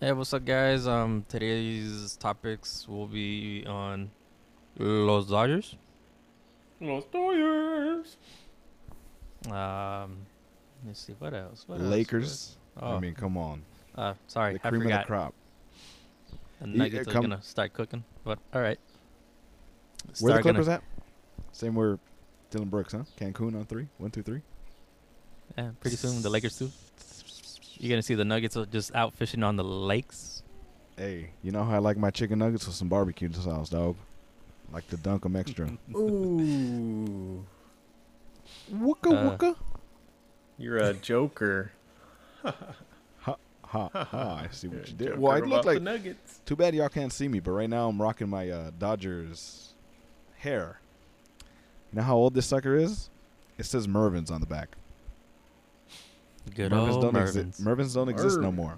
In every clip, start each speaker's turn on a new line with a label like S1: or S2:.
S1: Hey, what's up, guys? Um, today's topics will be on Los Dodgers.
S2: Los Dodgers.
S1: Um, let's see what else. What else? What else?
S3: Lakers.
S1: Oh,
S3: I mean, come on.
S1: uh, sorry,
S3: the
S1: I
S3: cream of the
S1: forgot.
S3: crop.
S1: The
S3: Yeah,
S1: Nuggets are
S3: come-
S1: gonna start cooking, but all right.
S3: Where the
S1: Start gonna-
S3: Clippers at? Same where Dylan Brooks, huh? Cancun on three. One, two, three.
S1: Yeah, pretty soon the Lakers too. You're gonna see the Nuggets are just out fishing on the lakes.
S3: Hey, you know how I like my chicken nuggets with some barbecue sauce, dog? Like to dunk 'em extra.
S2: Ooh.
S3: wooka
S1: Uh,
S3: wooka.
S2: You're a joker.
S3: Ha ha. I see what you did.
S2: Joker
S3: Well, I
S2: about
S3: look
S2: the
S3: like.
S2: Nuggets.
S3: Too bad y'all can't see me, but right now I'm rocking my uh, Dodgers hair. You know how old this sucker is? It says Mervin's on the back.
S1: Good
S3: Mervins
S1: old
S3: don't
S1: Mervins.
S3: exist. Mervins don't exist no
S2: Mervins.
S3: more.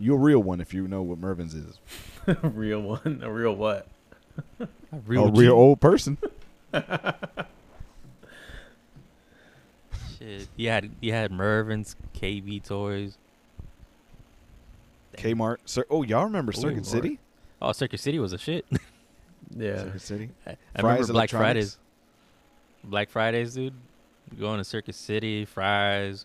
S3: You're a real one if you know what Mervins is.
S2: a real one. A real what?
S1: A
S3: a
S1: G.
S3: Oh, real old person.
S1: Shit. You had you had Mervins, KB toys. Damn.
S3: Kmart. Sir, oh, y'all remember
S1: Ooh,
S3: Circuit
S1: Lord.
S3: City?
S1: Oh, Circuit City was a shit.
S2: Yeah.
S3: Circuit City.
S1: I remember
S3: Fry's
S1: Black Fridays.
S3: Electronics.
S1: Black Fridays, dude. Going to Circuit City, fries.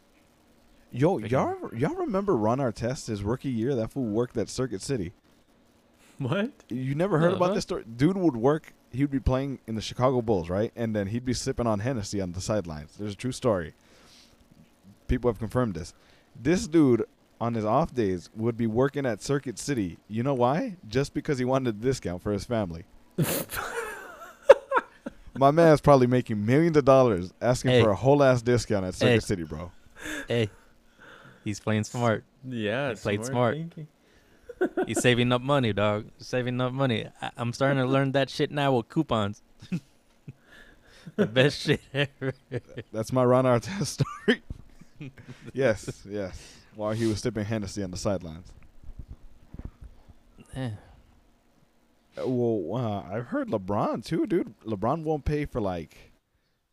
S3: Yo,
S1: Freaking-
S3: y'all y'all remember Ron Artest his rookie year? That fool worked at Circuit City.
S2: What?
S3: You never heard
S1: No,
S3: about
S1: huh?
S3: this story? Dude would work. He'd be playing in the Chicago Bulls, right? And then he'd be sipping on Hennessy on the sidelines. There's a true story. People have confirmed this. This dude on his off days would be working at Circuit City. You know why? Just because he wanted a discount for his family. My man's probably making millions of dollars asking
S1: Hey.
S3: for a whole ass discount at Circuit
S1: Hey.
S3: City, bro.
S1: Hey, he's playing smart.
S2: Yeah.
S1: He played smart.
S2: thinking.
S1: He's saving up money, dog. Saving up money. I- I'm starting to learn that shit now with coupons. the best shit ever.
S3: That's my Ron Artest story. yes, yes. While he was sipping Hennessy on the sidelines.
S1: Eh,
S3: Uh, Well, uh, I've heard LeBron too, dude. LeBron won't pay for like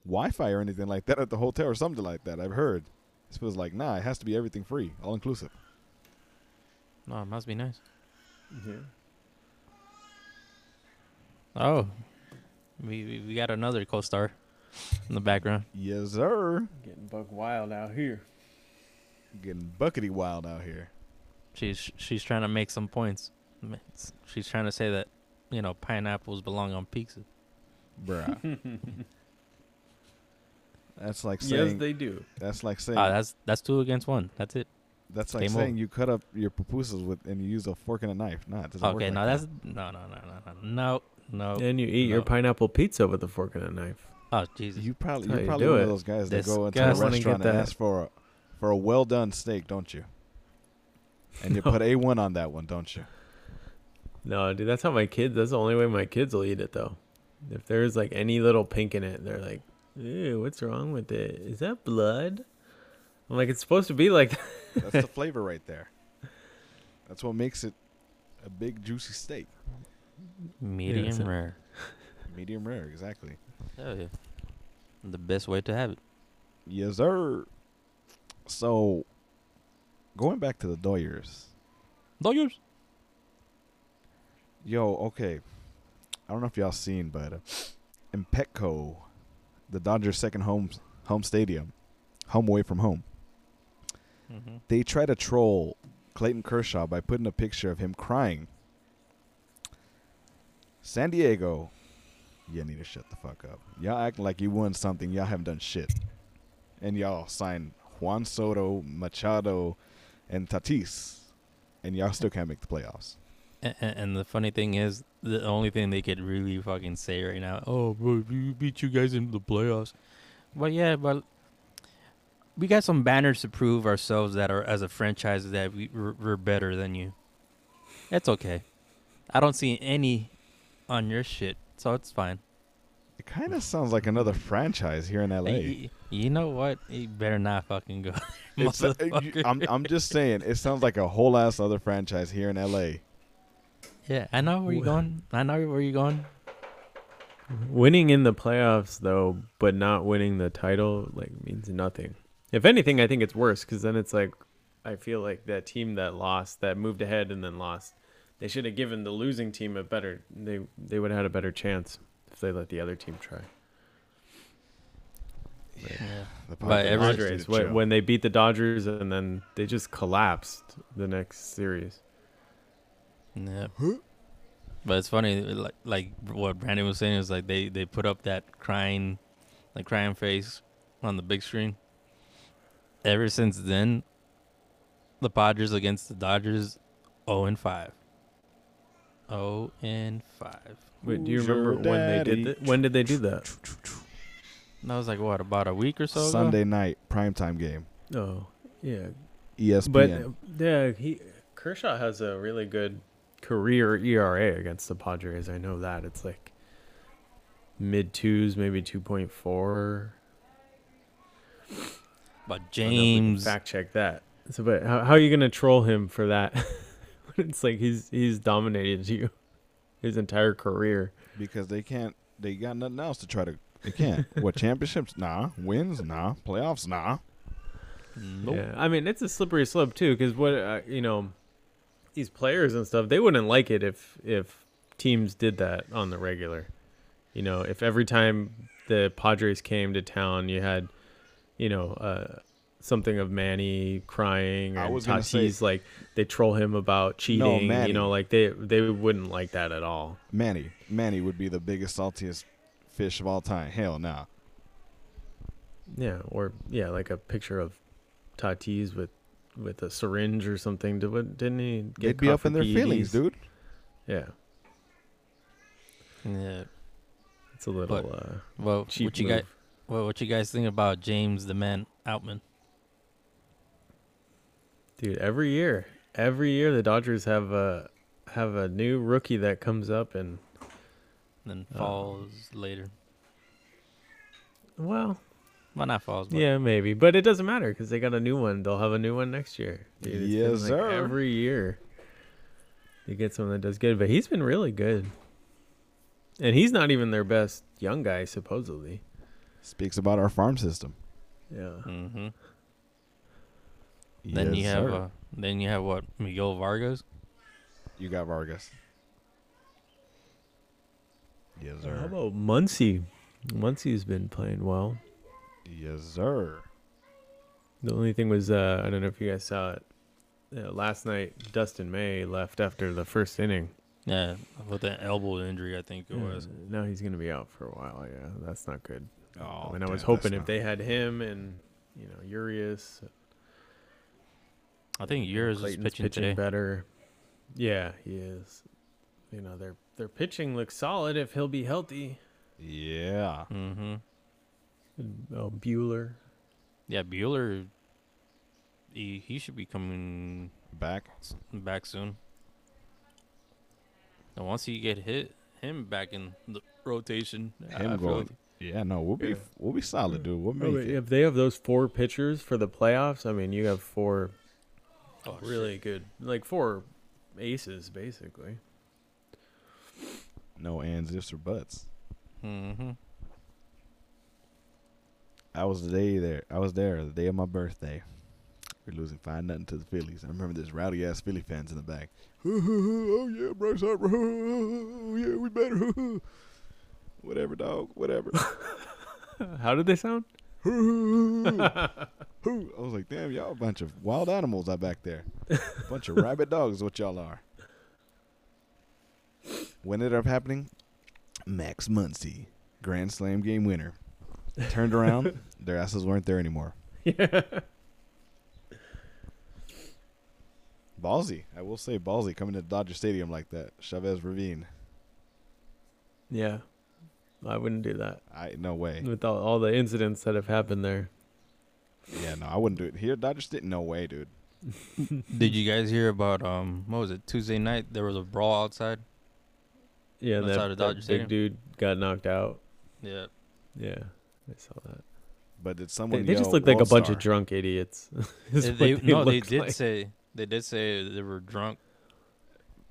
S3: Wi-Fi or anything like that at the hotel or something like that. I've heard. This was like, nah, it has to be everything free, all inclusive.
S1: No, it must be nice.
S2: Yeah.
S1: Oh, we we, we got another co-star in the background.
S3: Yes, sir.
S2: Getting buck wild out here.
S3: Getting buckety wild out here.
S1: She's she's trying to make some points. Ma- She's trying to say that you know pineapples belong on pizza.
S3: Bruh. that's like
S2: Yes,
S3: saying
S2: they do.
S3: that's like saying
S1: Ah, that's that's two against one. That's it.
S3: that's like
S1: game
S3: saying
S1: over.
S3: you cut up your pupusas with and you use a fork and a knife. Nah, it doesn't work.
S1: okay,
S3: like
S1: no,
S3: that.
S1: that's no no no no no no no.
S2: Oh. And you eat your
S1: No.
S2: pineapple pizza with a fork and a knife.
S1: Oh Jesus.
S3: You probably
S2: That's how
S3: you're
S2: you
S3: probably
S2: do
S3: one
S2: it.
S3: of those guys that go into a
S1: Disgusting. I wanna
S3: restaurant
S2: get
S3: and
S2: that.
S3: ask for a for a well done steak, don't you? And you put a one on that one, don't you?
S2: No, dude, that's how my kids. That's the only way my kids will eat it, though. If there's like any little pink in it, they're like, "Ew, what's wrong with it? Is that blood?" I'm like, "It's supposed to be like that."
S3: That's the flavor right there. That's what makes it a big juicy steak.
S1: Medium
S2: so-
S1: rare.
S3: Medium rare, exactly.
S1: Hell yeah. The best way to have it.
S3: Yes, sir. So going back to the Doyers.
S1: Dodgers.
S3: Yo, okay. I don't know if y'all seen, but uh, in Petco, the Dodgers' second home home stadium, home away from home.
S1: Mm-hmm.
S3: they try to troll Clayton Kershaw by putting a picture of him crying. San Diego, you need to shut the fuck up. Y'all acting like you won something. Y'all haven't done shit. And y'all signed Juan Soto, Machado, and Tatis. And y'all still can't make the playoffs.
S1: And, and the funny thing is, the only thing they could really fucking say right now, oh, bro, we beat you guys in the playoffs. But yeah, but we got some banners to prove ourselves that are as a franchise that we, we're, we're better than you. It's okay. I don't see any on your shit, so it's fine.
S3: It kind of sounds like another franchise here in LA.
S1: Hey, y- you know what? You better not fucking go.
S3: It's- uh, you-
S1: motherfucker.
S3: I'm, I'm just saying, it sounds like a whole ass other franchise here in LA.
S1: yeah, I know where you're
S2: Wha-
S1: going. I know where you're going.
S2: Winning in the playoffs, though, but not winning the title, like means nothing. If anything, I think it's worse because then it's like I feel like that team that lost, that moved ahead and then lost, they should have given the losing team a better. They they would have had a better chance if they let the other team try.
S1: Yeah.
S3: The
S1: But
S3: Padres
S1: every-
S3: need to
S2: Padres
S3: chill.
S2: when, when they beat the Dodgers and then they just collapsed the next series.
S1: Yeah. But it's funny, like like what Brandon was saying is like they they put up that crying, like crying face on the big screen. Ever since then, the Padres against the Dodgers, zero and five. Zero and five.
S2: Wait, do you
S3: Who's
S2: remember
S3: your
S2: when they did
S3: daddy?
S2: that? When did they do that?
S1: And that was like what about a week or so. uh, ago?
S3: Sunday night primetime game.
S2: Oh, yeah.
S3: ESPN.
S2: But uh, yeah, he Kershaw has a really good career ERA against the Padres. I know that it's like mid twos, maybe two point four.
S1: But James,
S2: fact check that. So, but how, how are you gonna troll him for that? it's like he's he's dominated you his entire career.
S3: because they can't they got nothing else to try to they can't what championships nah wins nah playoffs nah
S1: nope.
S2: Yeah, I mean it's a slippery slope too, because what uh, you know, these players and stuff, they wouldn't like it if if teams did that on the regular. You know, if every time the Padres came to town, you had, you know, uh, something of Manny crying
S3: I
S2: and
S3: was gonna say-
S2: Tatis like they troll him about cheating.
S3: Manny.
S2: you know, like they they wouldn't like that at all.
S3: manny manny would be the biggest saltiest fish of all time hell nah
S2: Yeah, or yeah, like a picture of Tatis with with a syringe or something. Did, what- didn't he get
S3: they'd be
S2: caught
S3: up
S2: for
S3: in their feelings
S2: PEDs?
S3: dude
S2: Yeah.
S1: Yeah.
S2: It's a little uh,
S1: Well,
S2: cheap
S1: what you
S2: move.
S1: guys, well, what you guys think about James the man Outman?
S2: dude. Every year, every year the Dodgers have a have a new rookie that comes up, and
S1: And then
S2: Uh,
S1: falls later.
S2: well,
S1: Well, not falls. But
S2: yeah, maybe, but it doesn't matter because they got a new one. They'll have a new one next year. Dude, it's been,
S3: Yes, sir.
S2: Every year, you get someone that does good, but he's been really good, and he's not even their best young guy supposedly.
S3: speaks about our farm system
S2: Yeah.
S1: hmm Then
S3: Yes,
S1: you have
S3: sir.
S1: uh, then you have what Miguel Vargas.
S3: you got vargas yes
S2: How
S3: sir
S2: about Muncie? Muncie's been playing well.
S3: yes sir
S2: The only thing was, uh, I don't know if you guys saw it. Uh, last night, Dustin May left after the first inning.
S1: Yeah, with an elbow injury, I think
S3: Hmm.
S1: it was.
S2: Uh, now he's going to be out for a while. Yeah, that's not good.
S3: oh
S2: and I was
S3: damn,
S2: hoping
S3: that's
S2: if
S3: not-
S2: they had him and, you know, Urias,
S1: I think yours is
S2: Clayton's
S1: pitching, today.
S2: better. Yeah, he is. You know, their their pitching looks solid if he'll be healthy.
S3: yeah
S1: Mm-hmm.
S2: Oh, Bueller.
S1: Yeah, Bueller. He he should be coming
S3: back
S1: s- back soon. And once you get hit him back in the rotation, I-
S3: Him
S1: I feel
S3: going.
S1: like-
S3: yeah no we'll be
S2: Yeah.
S3: we'll be solid dude we'll
S2: Oh,
S3: make it
S2: if they have those four pitchers for the playoffs, I mean, you have four
S1: oh, shit.
S2: really good, like four aces, basically.
S3: no ands ifs or buts
S1: Mm-hmm.
S3: I was the day there. I was there the day of my birthday. We're losing five nothing to the Phillies. I remember there's rowdy ass Philly fans in the back. oh yeah, Bryce Harper. Oh yeah, we better. whatever, dog. Whatever.
S2: How did they sound?
S3: I was like, damn, y'all a bunch of wild animals out back there. bunch of rabid dogs is what y'all are. What ended up happening? Max Muncy, Grand Slam game winner. Turned around, their asses weren't there anymore.
S2: Yeah.
S3: Ballsy. I will say ballsy coming to Dodger Stadium like that. Chavez Ravine.
S2: Yeah. I wouldn't do that
S3: I no way.
S2: with all, all the incidents that have happened there.
S3: Yeah, no, I wouldn't do it. Here Dodger Stadium. No way, dude.
S1: Did you guys hear about um what was it Tuesday night? There was a brawl outside.
S2: Yeah,
S1: Outside
S2: that,
S1: of
S2: that
S1: Dodger
S2: big
S1: Stadium?
S2: dude got knocked out.
S1: Yeah,
S2: Yeah, I saw that.
S3: But did someone
S2: They, they just
S3: yell,
S2: look like a
S3: "World
S2: bunch
S3: Star"?
S2: of drunk idiots. is
S1: They-
S2: what
S1: they- no, they
S2: looked
S1: did
S2: like.
S1: say they did say they were drunk.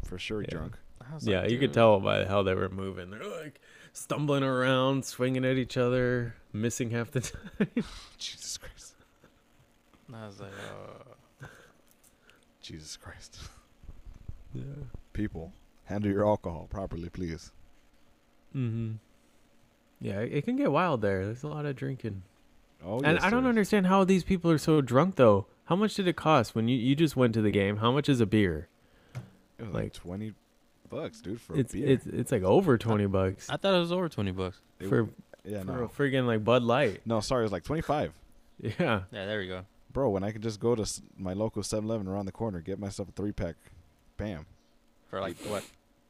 S3: for sure
S2: Yeah.
S3: drunk.
S1: I was
S2: Yeah,
S1: like,
S2: you could
S1: "Dude."
S2: tell by how they were moving. They're like stumbling around, swinging at each other, missing half the time.
S3: Jesus Christ.
S1: And I was like, uh,
S3: Jesus Christ.
S2: Yeah.
S3: People, handle your alcohol properly, please.
S2: Mm-hmm. Yeah, it it can get wild there. There's a lot of drinking.
S3: Oh,
S2: and
S3: yes,
S2: I don't
S3: sir.
S2: understand how these people are so drunk though. How much did it cost when you, you just went to the game? How much is a beer?
S3: It was like,
S2: like-
S3: twenty bucks, dude, for
S2: It's
S3: a beer.
S2: it's it's like over twenty bucks
S1: I thought it was over twenty bucks.
S3: They-
S2: for
S3: yeah,
S2: for a
S3: no,
S2: friggin' like Bud Light.
S3: no, sorry, it was like twenty-five,
S2: Yeah.
S1: Yeah, there we go.
S3: bro. When I could just go to s- my local 7-Eleven around the corner, get myself a three-pack, bam,
S1: For like what?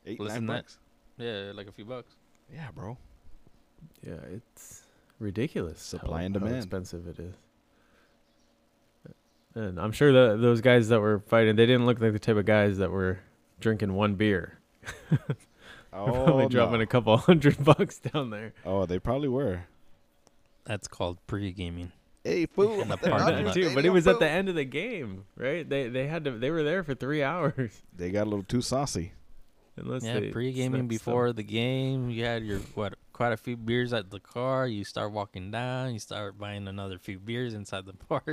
S3: eight
S1: Less
S3: nine
S1: than that.
S3: bucks.
S1: Yeah, like a few bucks.
S3: Yeah, bro.
S2: Yeah, it's ridiculous. how-
S3: Supply and
S2: how
S3: demand.
S2: expensive it is. And I'm sure that those guys that were fighting, they didn't look like the type of guys that were drinking one beer. They're
S3: Oh,
S2: probably dropping
S3: no.
S2: a couple hundred bucks down there.
S3: oh, they probably were.
S1: That's called pre-gaming.
S3: Hey, fool!
S1: In the
S3: they're
S1: parking
S3: out
S1: lot.
S2: Too, but
S3: here
S2: it
S3: stadium,
S2: was at
S3: fool.
S2: the end of the game, right? They they had to they were there for three hours.
S3: They got a little too saucy.
S2: Unless
S1: yeah,
S2: they
S1: pre-gaming
S2: snuck stuff.
S1: before the game. You had your what? Quite a few beers at the car. You start walking down. You start buying another few beers inside the park.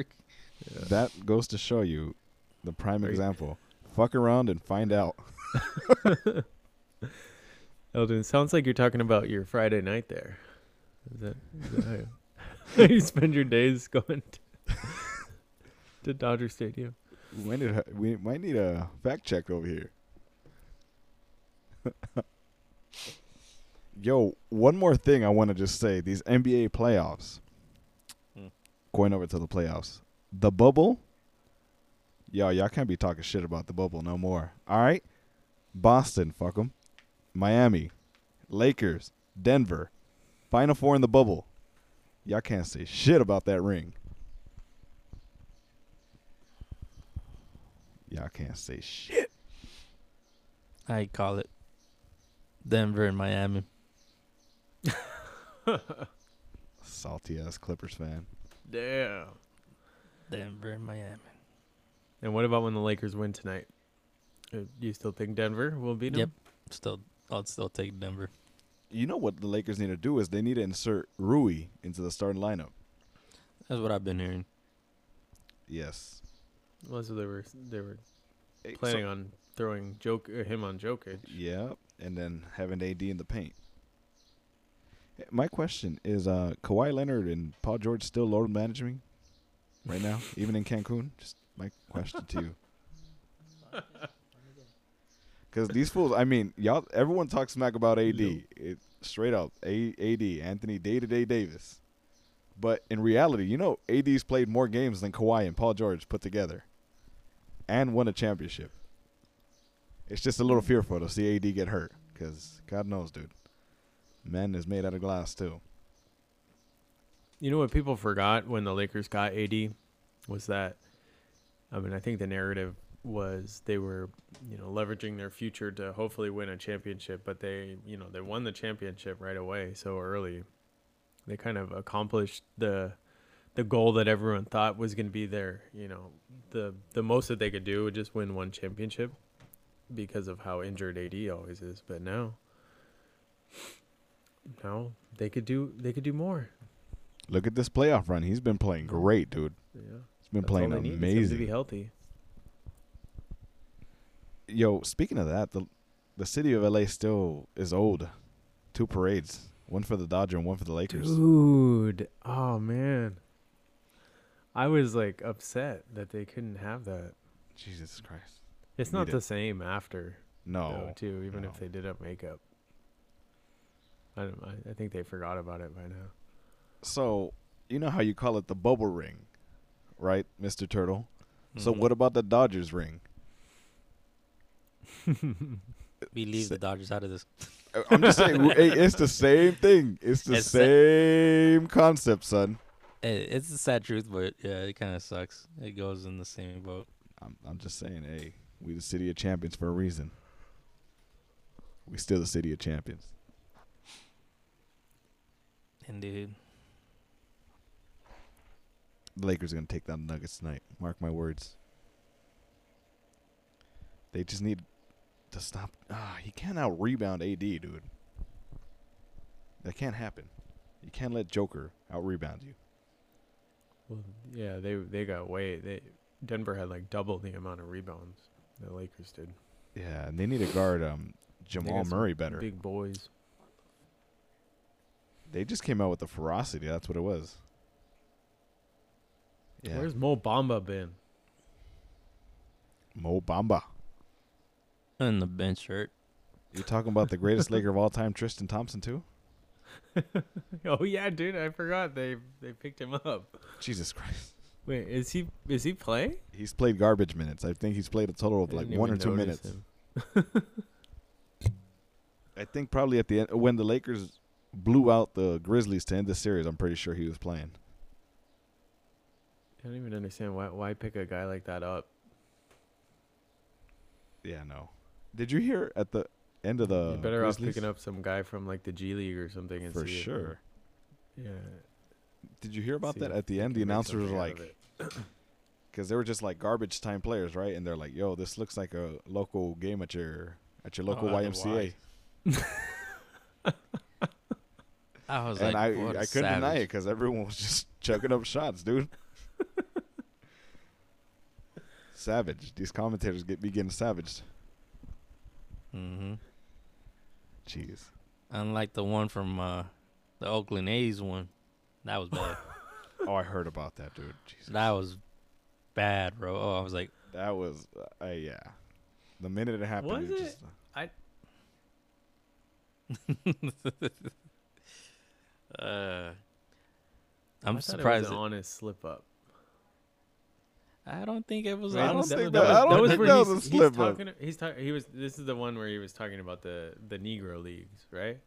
S2: Yeah.
S3: That goes to show you the prime
S2: Right.
S3: example. Fuck around and find out.
S2: Eldon, sounds like you're talking about your Friday night there. Is that, is that how you, you spend your days going to- to Dodger Stadium?
S3: We might need a, we might need a fact check over here. Yo, one more thing I want to just say: these NBA playoffs.
S1: Hmm.
S3: Going over to the playoffs, the bubble. Yo, y'all can't be talking shit about the bubble no more. All right, Boston, fuck 'em. Miami, Lakers, Denver, Final Four in the bubble. Y'all can't say shit about that ring. Y'all can't say shit.
S1: I call it Denver and Miami.
S3: Salty ass Clippers fan.
S2: Damn.
S1: Denver and Miami.
S2: And what about when the Lakers win tonight? Uh, You still think Denver will beat them?
S1: Yep. Still, I'll still take Denver.
S3: You know what the Lakers need to do is they need to insert Rui into the starting lineup.
S1: That's what I've been hearing.
S3: Yes.
S2: Well, that's what they were they were planning on throwing joke uh, him on Jokic.
S3: Yeah, and then having AD in the paint. Eh, My question is: uh, Kawhi Leonard and Paul George still load managing right now, even in Cancun? Just my question to you. Because these fools, I mean, y'all, everyone talks smack about AD,
S2: Nope.
S3: it, straight up, A, AD, Anthony Day to Day Davis. But in reality, you know, AD's played more games than Kawhi and Paul George put together, and won a championship. It's just a little fearful to see AD get hurt because God knows, dude. Man is made out of glass too.
S2: You know what people forgot when the Lakers got AD was that I mean, I think the narrative was they were, you know, leveraging their future to hopefully win a championship, but they, you know, they won the championship right away so early. They kind of accomplished the the goal that everyone thought was going to be there, you know, the the most that they could do would just win one championship because of how injured AD always is, but now now they could do they could do more.
S3: Look at this playoff run. He's been playing great, dude.
S2: Yeah.
S3: He's been playing
S2: to be
S3: amazing.
S2: healthy.
S3: Yo, speaking of that, the the city of LA still is old. Two parades, one for the Dodger and one for the Lakers.
S2: Dude, oh man, I was like upset that they couldn't have that.
S3: Jesus Christ.
S2: It's
S3: Need
S2: not
S3: it.
S2: the same after
S3: No.
S2: though, too. Even if
S3: Oh, no.
S2: they did up makeup, I don't. I, I think they forgot about it by now.
S3: So you know how you call it the bubble ring, right, Mister Turtle? So
S1: Mhm.
S3: what about the Dodgers ring?
S1: We leave the Dodgers out of this.
S3: I- Uh, I'm just saying, w- hey, it's the same thing. It's the
S1: It's sa-
S3: same concept, son.
S1: Hey, it's the sad truth, but yeah, it kind of sucks. It goes in the same boat.
S3: I'm, I'm just saying, hey, we the city of champions for a reason. We still the city of champions.
S1: Indeed.
S3: The Lakers are gonna take down the Nuggets tonight. Mark my words. They just need to stop. Ah, he can't out rebound AD, dude. That can't happen. You can't let Joker out rebound you.
S2: Well, yeah, they they got way they Denver had like double the amount of rebounds the Lakers did.
S3: Yeah, and they need to guard um, Jamal
S2: got some
S3: Murray better.
S2: Big boys.
S3: They just came out with the ferocity. That's what it was. Yeah,
S2: Where's Mo Bamba been?
S3: Mo Bamba.
S1: And the bench shirt.
S3: You talking about the greatest Laker of all time, Tristan Thompson too?
S2: Oh yeah, dude, I forgot they they picked him up.
S3: Jesus Christ,
S2: Wait, is he is he playing?
S3: he's played garbage minutes. I think he's played a total of
S2: I
S3: like
S2: didn't
S3: one or
S2: even
S3: two
S2: notice
S3: minutes.
S2: him.
S3: I think probably at the end when the Lakers blew out the Grizzlies to end the series, I'm pretty sure he was playing.
S2: I don't even understand why why pick a guy like that up.
S3: Yeah, no. Did you hear at the end of the
S2: You're better off
S3: Grizzlies?
S2: picking up some guy from like the G League or something. And
S3: for
S2: see if-
S3: sure?
S2: yeah.
S3: Did you hear about
S2: See
S3: that?
S2: if
S3: At the end,
S2: can
S3: the
S2: make
S3: announcers
S2: something
S3: were
S2: out of
S3: like,
S2: it.
S3: because they were just like garbage time players, right? And they're like, "Yo, this looks like a local game at your at your local
S1: Oh, at the
S3: YMCA,"
S1: Y. I was
S3: and
S1: like,
S3: I
S1: what a
S3: I couldn't deny it
S1: savage.
S3: because everyone was just chucking up shots, dude. savage. These commentators get be getting savaged.
S1: Mm-hmm.
S3: Jeez.
S1: Unlike the one from uh, the Oakland A's one, that was bad.
S3: Oh, I heard about that, dude. Jesus.
S1: that was bad, bro. Oh, I was like,
S3: That was, uh, yeah. The minute it
S2: Was
S3: happened, it
S2: it?
S3: just
S1: uh,
S2: I
S1: I'm
S2: thought It
S1: surprised.
S2: was
S1: It
S2: an honest slip up.
S1: I don't think it was.
S3: I
S1: on
S3: don't
S1: the-
S3: think that- I don't think
S2: where
S3: that
S2: he's-
S3: was a
S2: he's
S3: slip-up.
S2: talking- He's talking. He was. This is the one where he was talking about the the Negro leagues, right?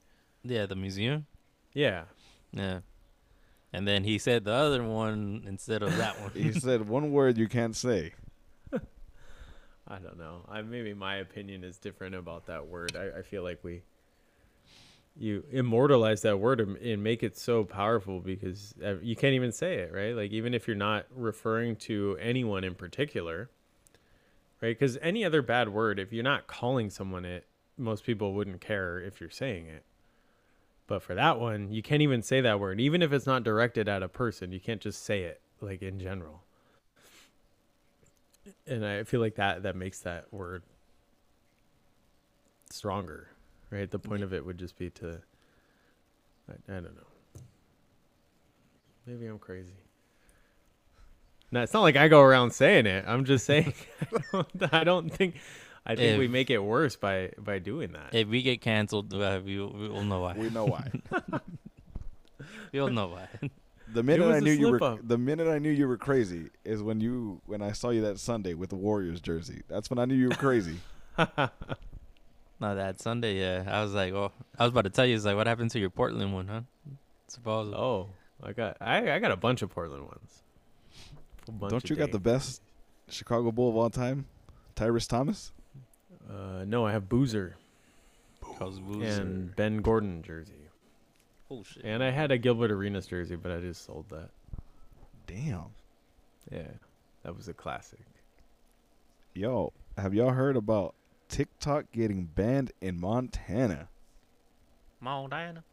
S1: Yeah, the museum.
S2: Yeah.
S1: Yeah. And then he said the other one instead of that one.
S3: he said one word you can't say.
S2: I don't know. I maybe my opinion is different about that word. I, I feel like we you immortalize that word and- and make it so powerful because uh, you can't even say it, right? Like even if you're not referring to anyone in particular, right? Because any other bad word, if you're not calling someone it, most people wouldn't care if you're saying it. But for that one, you can't even say that word, even if it's not directed at a person. You can't just say it like in general and I feel like that that makes that word stronger, right? The point of it would just be to, I, I don't know. Maybe I'm crazy. No, it's not like I go around saying it. I'm just saying I, don't, I don't think I think we
S1: If-
S2: make it worse by by doing that.
S1: If we get canceled, uh, we we will know why.
S3: We know why.
S1: We'll know why.
S3: The minute
S2: was
S3: I
S2: a
S3: knew you were
S2: slip-up.
S3: the minute I knew you were crazy is when you when I saw you that Sunday with the Warriors jersey. That's when I knew you were crazy.
S1: No, that Sunday, yeah. I was like, oh, I was about to tell you, it's like, what happened to your Portland one, huh? Supposedly.
S2: oh, I got I, I got a bunch of Portland ones. A bunch
S3: Don't
S2: of
S3: you got the
S2: dang-
S3: best Chicago Bull of all time? Tyrus Thomas?
S2: Uh, no, I have Boozer,
S1: Cause Boozer.
S2: and Ben Gordon jersey,
S1: oh shit.
S2: and I had a Gilbert Arenas jersey, but I just sold that.
S3: Damn.
S2: Yeah, that was a classic.
S3: Yo, have y'all heard about TikTok getting banned in Montana?
S1: Montana.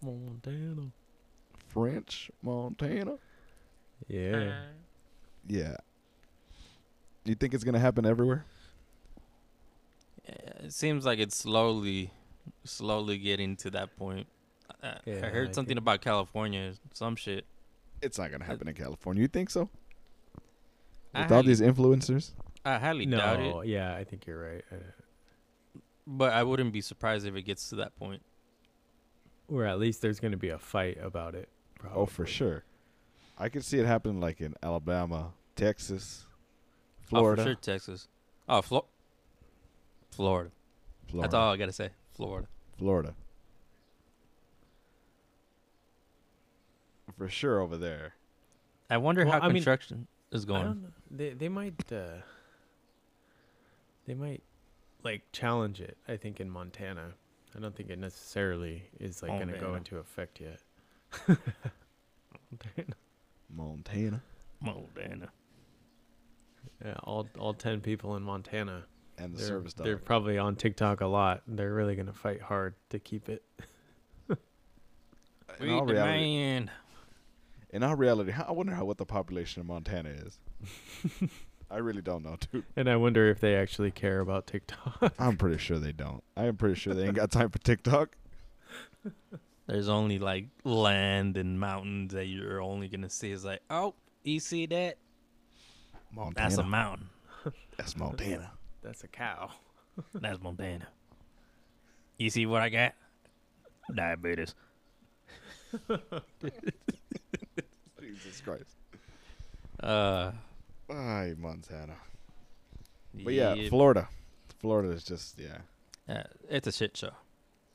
S2: Montana.
S3: French Montana?
S2: Yeah.
S1: Uh,
S3: Yeah. You think it's gonna happen everywhere?
S1: Yeah, it seems like it's slowly, slowly getting to that point. I, I-
S2: Yeah,
S1: I
S2: I
S1: heard something
S2: think-
S1: about California, some shit.
S3: It's not gonna happen in California. You think so?
S1: I
S3: With all
S1: highly-
S3: these influencers?
S1: I highly doubt it,
S2: No, yeah, I think you're right. Uh,
S1: but I wouldn't be surprised if it gets to that point.
S2: or at least there's going to be a fight about it. Probably.
S3: Oh, for sure. I could see it happening like in Alabama, Texas, Florida.
S1: Oh, for sure, Texas. Oh, Flo- Florida.
S3: Florida.
S1: That's all I gotta say. Florida.
S3: Florida. For sure over there.
S1: I wonder
S2: Well,
S1: how
S2: I mean-
S1: construction is
S2: I
S1: going.
S2: don't know. They they might uh, they might like challenge it. I think in Montana, I don't think it necessarily is like going to go
S1: Montana.
S2: into effect yet.
S3: Montana.
S1: Montana.
S2: Yeah, all all ten people in Montana,
S3: And the
S2: they're,
S3: service dog.
S2: they're probably on TikTok a lot. They're really going to fight hard to keep it.
S3: In
S1: We
S3: all reality,
S1: demand.
S3: in all reality, how- I wonder how what the population of Montana is. I really don't know, dude.
S2: And I wonder if they actually care about TikTok.
S3: I'm pretty sure they don't. I'm pretty sure they ain't got time for TikTok.
S1: There's only like land and mountains that you're only gonna see. It's like, oh, you see that?
S3: Montana.
S1: That's a mountain.
S3: That's Montana.
S2: That's a cow.
S1: That's Montana. You see what I got? Diabetes.
S3: Jesus Christ.
S1: Uh,
S3: Ay, Montana. But yeah, Florida. Florida is just yeah.
S1: uh, it's a shit show.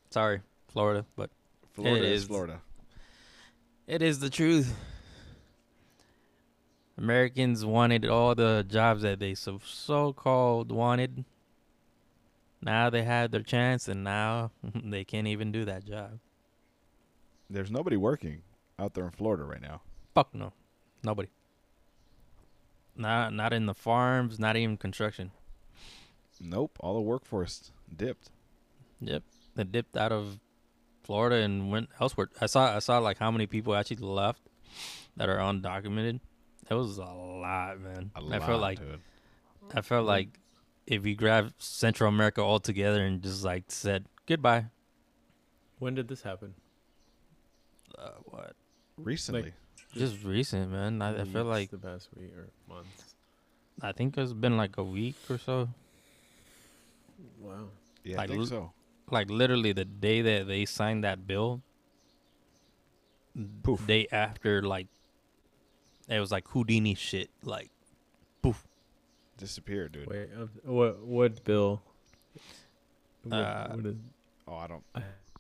S1: Sorry, Florida, but
S3: Florida
S1: It
S3: is
S1: is.
S3: Florida.
S1: It is the truth. Americans wanted all the jobs that they so so called wanted. Now they had their chance, and now they can't even do that job.
S3: There's nobody working out there in Florida right now.
S1: Fuck no, nobody. Not not in the farms, not even construction.
S3: Nope. All the workforce dipped.
S1: Yep, they dipped out of Florida and went elsewhere. I saw I saw like how many people actually left that are undocumented. That was a lot, man.
S3: A
S1: I
S3: lot,
S1: felt like
S3: dude.
S1: I felt like if we grabbed Central America all together and just like said goodbye.
S2: When did this happen?
S1: Uh, what?
S3: recently.
S1: Just recent, man. I, I feel
S2: Weeks,
S1: like
S2: the past week or months.
S1: I think it's been like a week or so.
S2: Wow.
S3: yeah, I
S1: like
S3: think
S1: l-
S3: so.
S1: Like literally the day that they signed that bill.
S3: Poof.
S1: Day after, like it was like Houdini shit. Like poof.
S3: Disappeared, dude.
S2: Wait, um, what what bill? What,
S1: Uh,
S2: what is,
S3: Oh, I don't.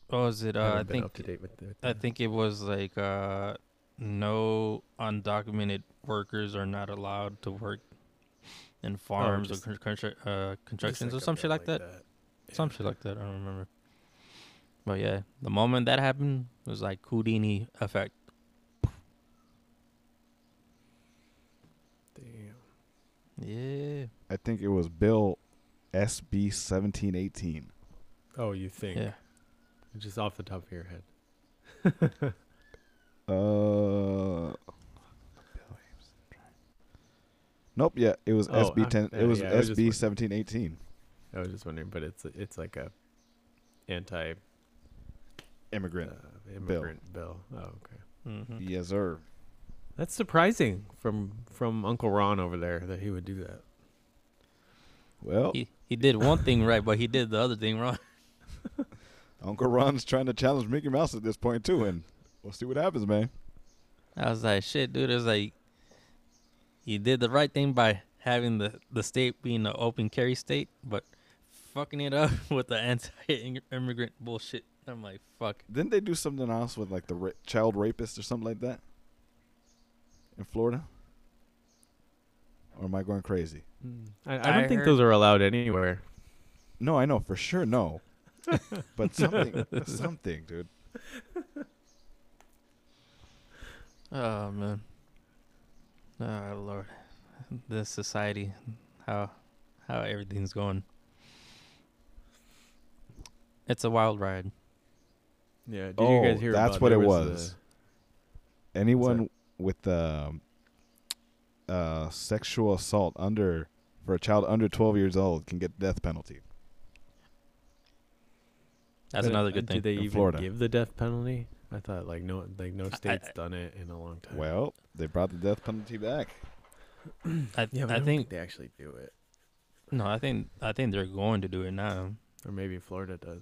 S1: What was it?
S2: I
S1: Uh, I
S2: haven't been up
S1: think
S2: to date with that.
S1: I think it was like uh, no undocumented workers are not allowed to work in farms
S2: just-
S1: or con- constru- uh,
S2: Just
S1: constructions or
S2: like a
S1: some shit
S2: bill
S1: like that. Some shit like that. I don't remember. But yeah, the moment that happened it was like Houdini effect.
S2: Damn.
S1: Yeah.
S3: I think it was Bill SB 1718.
S2: Oh, you think?
S1: Yeah.
S2: Just off the top of your head.
S3: Uh. Nope. Yeah, it was
S2: Oh,
S3: SB
S2: after
S3: ten.
S2: that,
S3: It was
S2: yeah, I was just
S3: SB
S2: wondering.
S3: seventeen eighteen.
S2: I was just wondering, but it's it's like a anti uh,
S3: Immigrant.
S2: immigrant bill. Oh, okay.
S1: Mm-hmm.
S3: Yes, sir.
S2: That's surprising from from Uncle Ron over there that he would do that.
S3: Well,
S1: He he did one thing right, but he did the other thing wrong.
S3: Uncle Ron's trying to challenge Mickey Mouse at this point too, and we'll see what happens, man.
S1: I was like, shit, dude. It was like, you did the right thing by having the, the state being an open carry state, but fucking it up with the anti immigrant bullshit. I'm like, fuck.
S3: Didn't they do something else with like the ra- child rapist or something like that in Florida? Or am I going crazy?
S2: I, I don't
S1: I
S2: think
S1: heard-
S2: those are allowed anywhere.
S3: No, I know for sure. No, but something, something, dude.
S1: Oh, man. Oh, Lord. This society, how how everything's going. It's a wild ride.
S2: Yeah. Did
S3: Oh,
S2: you guys hear?
S3: that's
S2: about-
S3: what
S2: there
S3: it was.
S2: was.
S3: anyone with um, uh, sexual assault under for a child under 12 years old can get death penalty.
S1: That's
S2: But,
S1: another
S2: uh,
S1: good thing.
S2: Do they
S3: in
S2: even
S3: Florida.
S2: give the death penalty? I thought like no, like no state's
S1: I-
S2: done it in a long time.
S3: Well, they brought the death penalty back.
S1: I,
S2: yeah, but I,
S1: I
S2: don't think,
S1: think
S2: they actually do it,
S1: no, I think I think they're going to do it now.
S2: or maybe Florida does,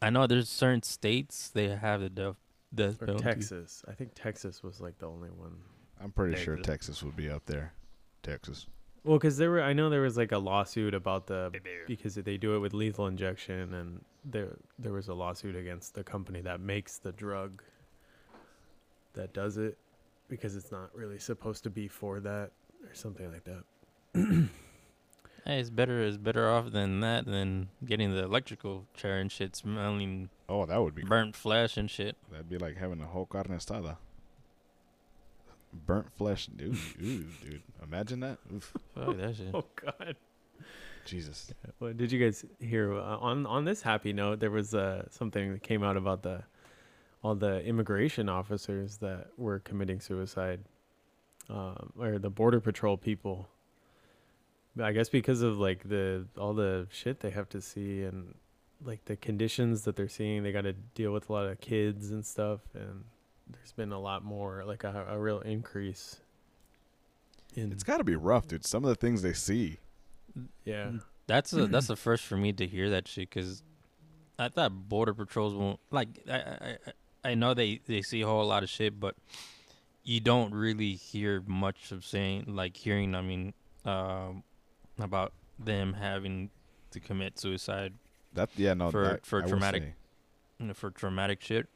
S1: I know there's certain states they have the death death
S2: or
S1: penalty.
S2: Texas. I think Texas was like the only one.
S3: I'm pretty sure
S2: Texas.
S3: Texas would be up there. Texas.
S2: Well, because there were, I know there was like a lawsuit about the because they do it with lethal injection, and there there was a lawsuit against the company that makes the drug that does it because it's not really supposed to be for that or something like that.
S1: Hey, it's better it's better off than that than getting the electrical chair and shit smelling
S3: Oh, that would be
S1: burnt flesh and shit.
S3: that'd be like having a whole carne asada. Burnt flesh, dude. Ooh, dude. Imagine that. Oof.
S1: Fuck that shit.
S2: Oh God.
S3: Jesus.
S2: Well, did you guys hear uh, on on this happy note? There was uh, something that came out about the all the immigration officers that were committing suicide um, or the border patrol people. I guess because of like the all the shit they have to see and like the conditions that they're seeing, they got to deal with a lot of kids and stuff. And there's been a lot more, like a, a real increase. In
S3: It's got to be rough, dude. Some of the things they see.
S2: yeah,
S1: That's a, that's the first for me to hear that shit because I thought border patrols won't like I, I I I know they they see a whole lot of shit, but you don't really hear much of saying like hearing. I mean, um, about them having to commit suicide
S3: That yeah, no.
S1: For-
S3: that-
S1: for
S3: I will
S1: traumatic-
S3: say,
S1: you know, for traumatic shit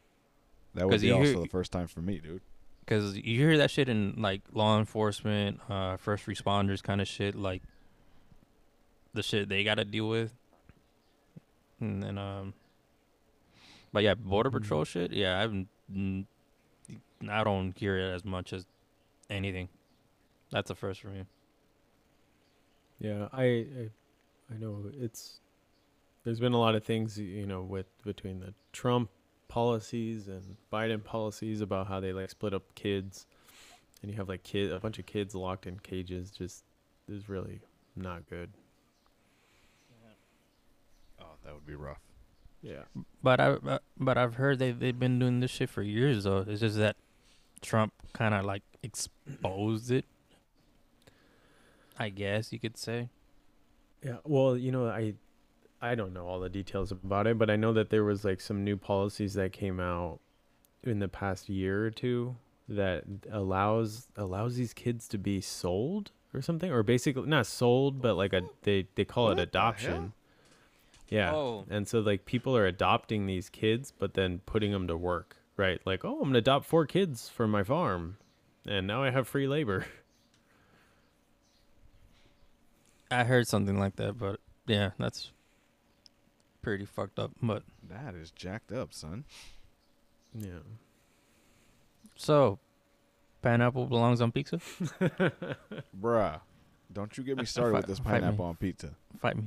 S3: that would
S1: 'cause
S3: be
S1: you hear-
S3: also the first time for me, dude.
S1: because you hear that shit in like law enforcement, uh, first responders kind of shit like the shit they gotta deal with, and then um, but yeah, border
S2: Mhm.
S1: patrol shit. Yeah, I've n- I don't hear it as much as anything. That's a first for me.
S2: yeah. I, I I know it's there's been a lot of things you know with between the Trump policies and Biden policies about how they like split up kids, and you have like kid a bunch of kids locked in cages. Just is really not good.
S3: Oh, that would be rough.
S2: Yeah.
S1: But I but- but I've heard they they've been doing this shit for years though. It's just that Trump kind of like exposed it. I guess you could say.
S2: Yeah, well, you know, I I don't know all the details about it, but I know that there was like some new policies that came out in the past year or two that allows allows these kids to be sold or something or basically not sold, but like a they they call
S3: What
S2: it
S3: the
S2: adoption. Yeah.
S1: Oh.
S2: And so like people are adopting these kids but then putting them to work, right? Like, "Oh, I'm going to adopt four kids for my farm." And now I have free labor.
S1: I heard something like that, but yeah, that's pretty fucked up. But
S3: That is jacked up, son.
S2: Yeah.
S1: so, pineapple belongs on pizza.
S3: Bruh, don't you get me started with
S1: Fight-
S3: this
S1: fight me.
S3: pineapple on pizza.
S1: Fight me.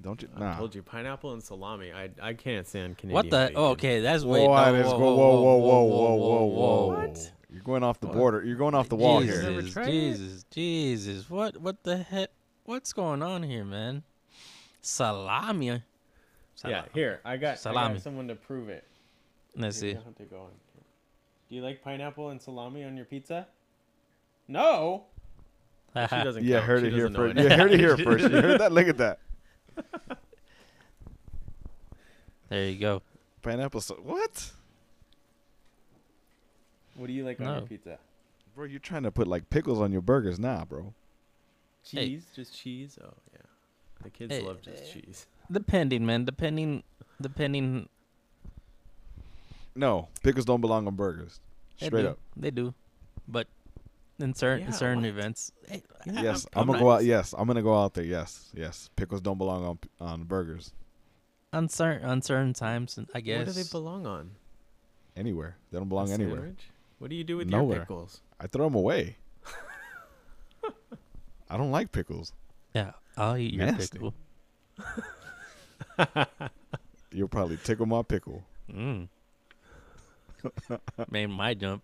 S3: Don't you?
S2: I
S3: Nah.
S2: told you pineapple and salami. I I can't stand Canadian.
S1: what the?
S2: bacon.
S1: Oh, okay, that's way.
S3: Whoa,
S1: no,
S3: that is- whoa, whoa, whoa, whoa, whoa, whoa, whoa.
S2: What?
S3: You're going off the
S2: What?
S3: border. You're going off the wall
S1: Jesus,
S3: here.
S2: Never tried it?
S1: Jesus, Jesus! What? What the heck? What's going on here, man? Salami.
S2: Yeah, here I got I
S1: Salami.
S2: got someone to prove it.
S1: Let's see.
S2: Here, you don't have to go on. Do you like pineapple and salami on your pizza? No. She doesn't.
S3: Yeah,
S2: count.
S3: heard
S2: She
S3: it here
S2: doesn't know
S3: first. You
S2: anything.
S3: heard it here first. You heard that? Look at that.
S1: there you go.
S3: Pineapple. So- what?
S2: What do you like on
S1: No.
S2: your pizza?
S3: Bro, you're trying to put like pickles on your burgers. Nah, bro.
S1: Hey.
S2: Cheese, just cheese. Oh yeah, the kids
S1: Hey,
S2: love just
S1: eh.
S2: cheese.
S1: Depending, man. Depending. Depending.
S3: No, pickles don't belong on burgers.
S1: They
S3: Straight
S1: do.
S3: up.
S1: They do. But in certain in
S2: Yeah,
S1: certain
S2: what?
S1: events, hey,
S2: Yeah,
S3: Yes, I'm,
S2: I'm-
S3: gonna
S2: I'm
S3: go
S2: not-
S3: out. Yes, I'm gonna go out there. Yes, yes. Pickles don't belong on on burgers
S1: on certain on certain times, and I guess.
S2: What do they belong on?
S3: anywhere. They don't
S2: A
S3: belong anywhere.
S2: sandwich? What do you do with
S3: Nowhere.
S2: your pickles?
S3: I throw them away. I don't like pickles.
S1: yeah, I'll eat your
S3: Nasty.
S1: pickle.
S3: You'll probably tickle my pickle.
S1: Mm. Made my jump.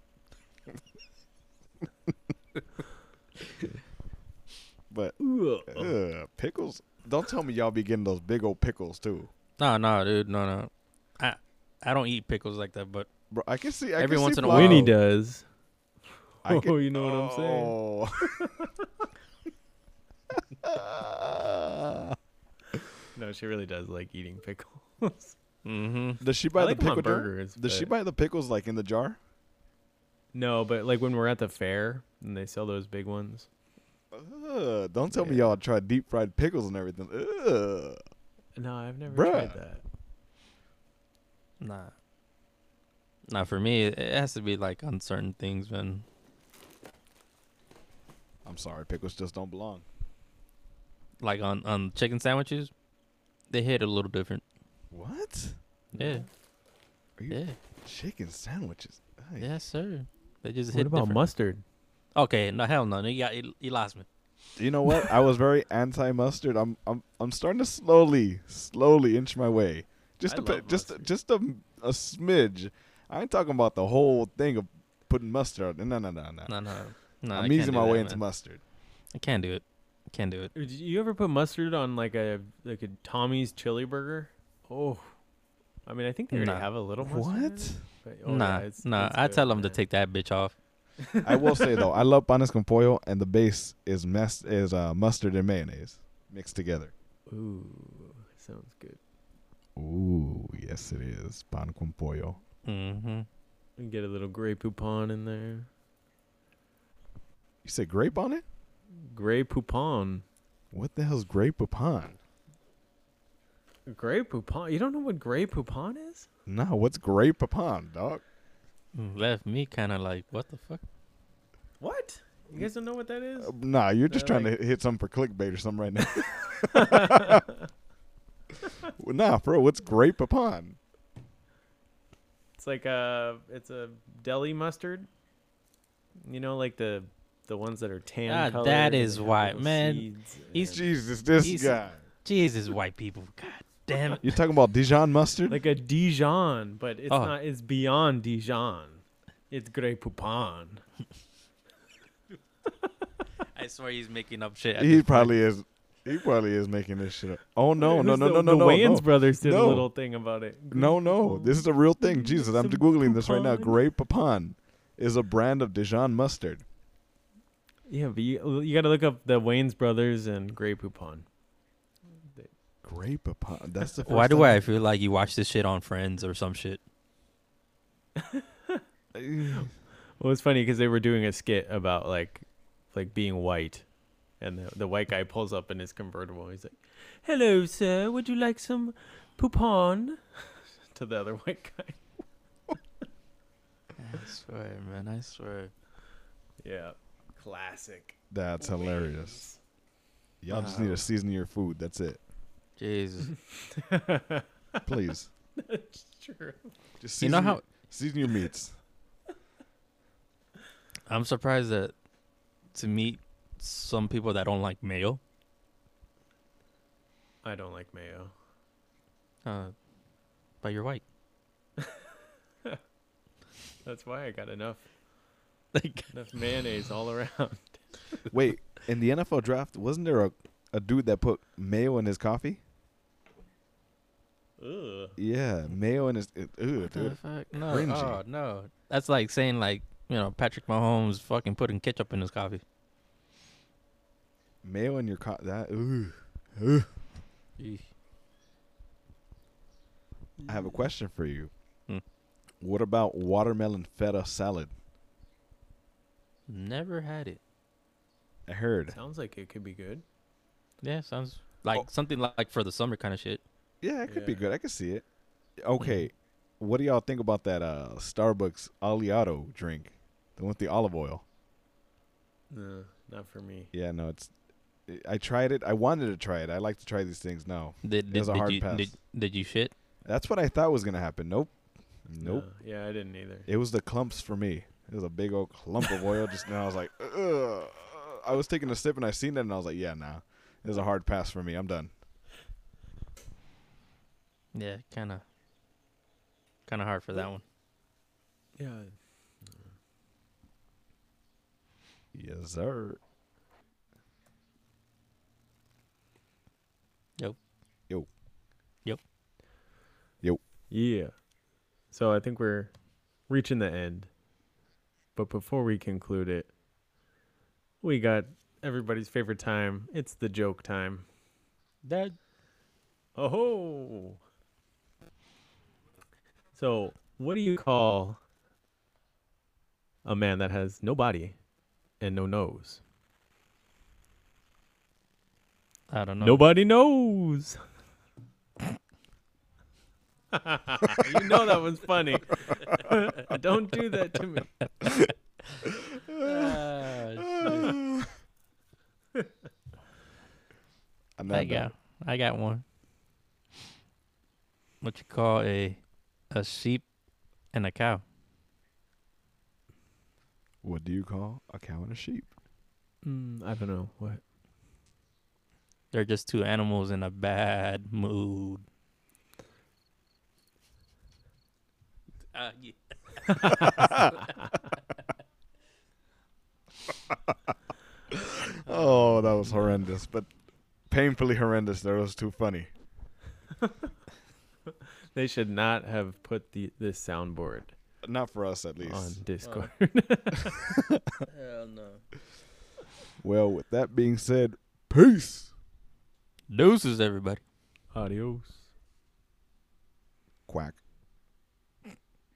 S3: But
S2: Ooh,
S3: ugh, pickles. Don't tell me y'all be getting those big old pickles too.
S1: No, no, dude, no, no. I I don't eat pickles like that, but
S3: Bro, I can see. I
S1: Every
S3: can
S1: once
S3: see
S1: in a
S3: Flo-
S1: while.
S2: Winnie does.
S3: I can-
S2: oh, you know what I'm saying.
S3: Oh.
S2: No, she really does like eating pickles.
S1: mm-hmm.
S3: Does she buy
S2: I like
S3: the
S2: them on
S3: pickle jar?
S2: burgers.
S3: Does she
S2: but-
S3: buy the pickles like in the jar?
S2: No, but like when we're at the fair and they sell those big ones.
S3: Ugh, don't tell me
S2: Yeah.
S3: y'all try deep fried pickles and everything. Ugh.
S2: No, I've never
S3: Bruh.
S2: tried that.
S1: Nah. Nah, for me, it it has to be like on certain things, man.
S3: I'm sorry, pickles just don't belong.
S1: Like on on chicken sandwiches, they hit a little different.
S3: What?
S1: Yeah,
S3: Are you
S1: yeah,
S3: chicken sandwiches? Ay.
S1: yes, sir. They just
S2: What
S1: hit
S2: about
S1: different.
S2: mustard?
S1: Okay, no hell no, you got you, you lost me.
S3: You know what? I was very anti mustard. I'm I'm I'm starting to slowly, slowly inch my way. Just
S2: I
S3: a bit,
S2: love
S3: just a-
S2: mustard.
S3: just a, a smidge. I ain't talking about the whole thing of putting mustard. on it. No, no, no, no.
S1: No, no, no. I
S3: I'm
S1: can't
S3: easing
S1: do
S3: my
S1: that,
S3: way
S1: man.
S3: into mustard.
S1: I can't do it. I can't do it.
S2: Did you ever put mustard on like a like a Tommy's chili burger? Oh, I mean, I think they already
S1: Nah.
S2: have a little mustard. in it, but- oh, yeah,
S1: nah,
S2: it's-
S1: nah.
S2: it's
S1: I
S2: good,
S1: tell them to
S2: man.
S1: take that bitch off.
S3: I will say though, I love panes con pollo, and the base is mess is uh, mustard and mayonnaise mixed together.
S2: Ooh, sounds good.
S3: Ooh, yes, it is pan con pollo.
S1: Mm-hmm.
S2: And get a little Grey Poupon in there.
S3: You said grape on it?
S2: Grey Poupon.
S3: What the hell's grape upon?
S2: Grey Poupon. You don't know what Grey Poupon is?
S3: No, what's grape upon, dog?
S1: Left Mm, me kind of like, what the fuck?
S2: What? You guys don't know what that is?
S3: Uh, nah, you're just
S2: They're
S3: trying
S2: like-
S3: to hit something for clickbait or something right now. Well, nah, bro, what's grape upon?
S2: It's like a it's a deli mustard. You know, like the the ones that are tan.
S1: Ah, that
S2: colored and
S1: is
S2: they have
S1: why,
S2: little
S1: man,
S2: seeds
S1: he's
S2: and-
S3: Jesus, this
S1: He's-
S3: guy.
S1: Jesus, white people. God damn it.
S3: You're talking about Dijon mustard?
S2: like a Dijon, but it's
S1: Oh.
S2: not. It's beyond Dijon. It's Grey Poupon.
S1: I swear he's making up shit. at
S3: he
S1: this point.
S3: probably is. He probably is making this shit up. Oh no, no,
S2: Who's
S3: no,
S2: the,
S3: no, no,
S2: The
S3: no,
S2: Wayans
S3: no.
S2: brothers did a
S3: No.
S2: little thing about it.
S3: No, no, this is a real thing. Jesus, I'm googling this right now.
S2: Poupon.
S3: Grey Papon is a brand of Dijon mustard.
S2: Yeah, but you you gotta look up the Wayans brothers and Grey Poupon.
S3: Grey Papon. That's the. First
S1: Why do I
S3: time-
S1: feel like you watch this shit on Friends or some shit?
S2: Well, it's funny because they were doing a skit about like like being white, and the, the white guy pulls up in his convertible. and He's like, "Hello, sir. Would you like some poupon?" to the other white guy.
S1: I swear, man. I swear.
S2: Yeah, classic.
S3: That's hilarious. Y'all just need
S1: Wow.
S3: to season your food. That's it.
S1: Jesus.
S3: Please,
S2: True.
S3: just
S1: you
S3: season
S1: know
S3: your-
S1: how
S3: season your meats.
S1: I'm surprised that to meet some people that don't like mayo.
S2: I don't like mayo.
S1: Uh, but you're white.
S2: That's why I got enough
S1: Like
S2: enough mayonnaise all around.
S3: Wait, in the NFL draft, wasn't there a, a dude that put mayo in his coffee?
S2: Ugh.
S3: Yeah, mayo in his. It, ew,
S1: the
S3: dude.
S1: fuck? No,
S3: Cringy.
S1: oh, no. That's like saying like you know Patrick Mahomes fucking putting ketchup in his coffee.
S3: Mayo in your coffee. That. Ooh. Ugh. I have a question for you.
S1: Hmm.
S3: What about watermelon feta salad?
S1: Never had it.
S3: I heard.
S2: Sounds like it could be good.
S1: Yeah, sounds like
S3: Oh.
S1: something li- like for the summer kind of shit.
S3: Yeah, it could be
S2: Yeah.
S3: good. I could see it. Okay, what do y'all think about that uh, Starbucks Aliato drink? The one with the olive oil.
S2: No, not for me.
S3: Yeah, no, it's. I tried it. I wanted to try it. I like to try these things now.
S1: Did, did,
S3: was a
S1: did
S3: hard
S1: you
S3: pass.
S1: did did you shit?
S3: That's what I thought was gonna happen. Nope, nope.
S2: No. Yeah, I didn't either.
S3: It was the clumps for me. It was a big old clump of oil. Just now, I was like, Ugh. I was taking a sip and I seen that and I was like, yeah, nah, it was a hard pass for me. I'm done.
S1: Yeah, kind of kind of hard for that one.
S2: Yeah.
S3: Yes, sir.
S1: Yo.
S3: Yo.
S2: Yeah. So I think we're reaching the end. But before we conclude it, we got everybody's favorite time. It's the joke time.
S1: That
S2: Oh. So, what do you call a man that has no body and no nose?
S1: I don't know.
S2: Nobody knows. you know that one's funny. Don't do that to me.
S1: Ah, shit.
S3: I'm
S1: I
S3: not done.
S1: got I got one. What you call a a sheep and a cow?
S3: What do you call a cow and a sheep?
S2: Mm, I don't know what.
S1: They're just two animals in a bad mood.
S3: Oh, that was horrendous, but painfully horrendous. That was too funny.
S2: They should not have put the this soundboard
S3: Not for us, at least.
S2: on Discord.
S4: Hell no.
S3: Well, with that being said, peace.
S1: Deuces, everybody.
S2: Adios.
S3: Quack.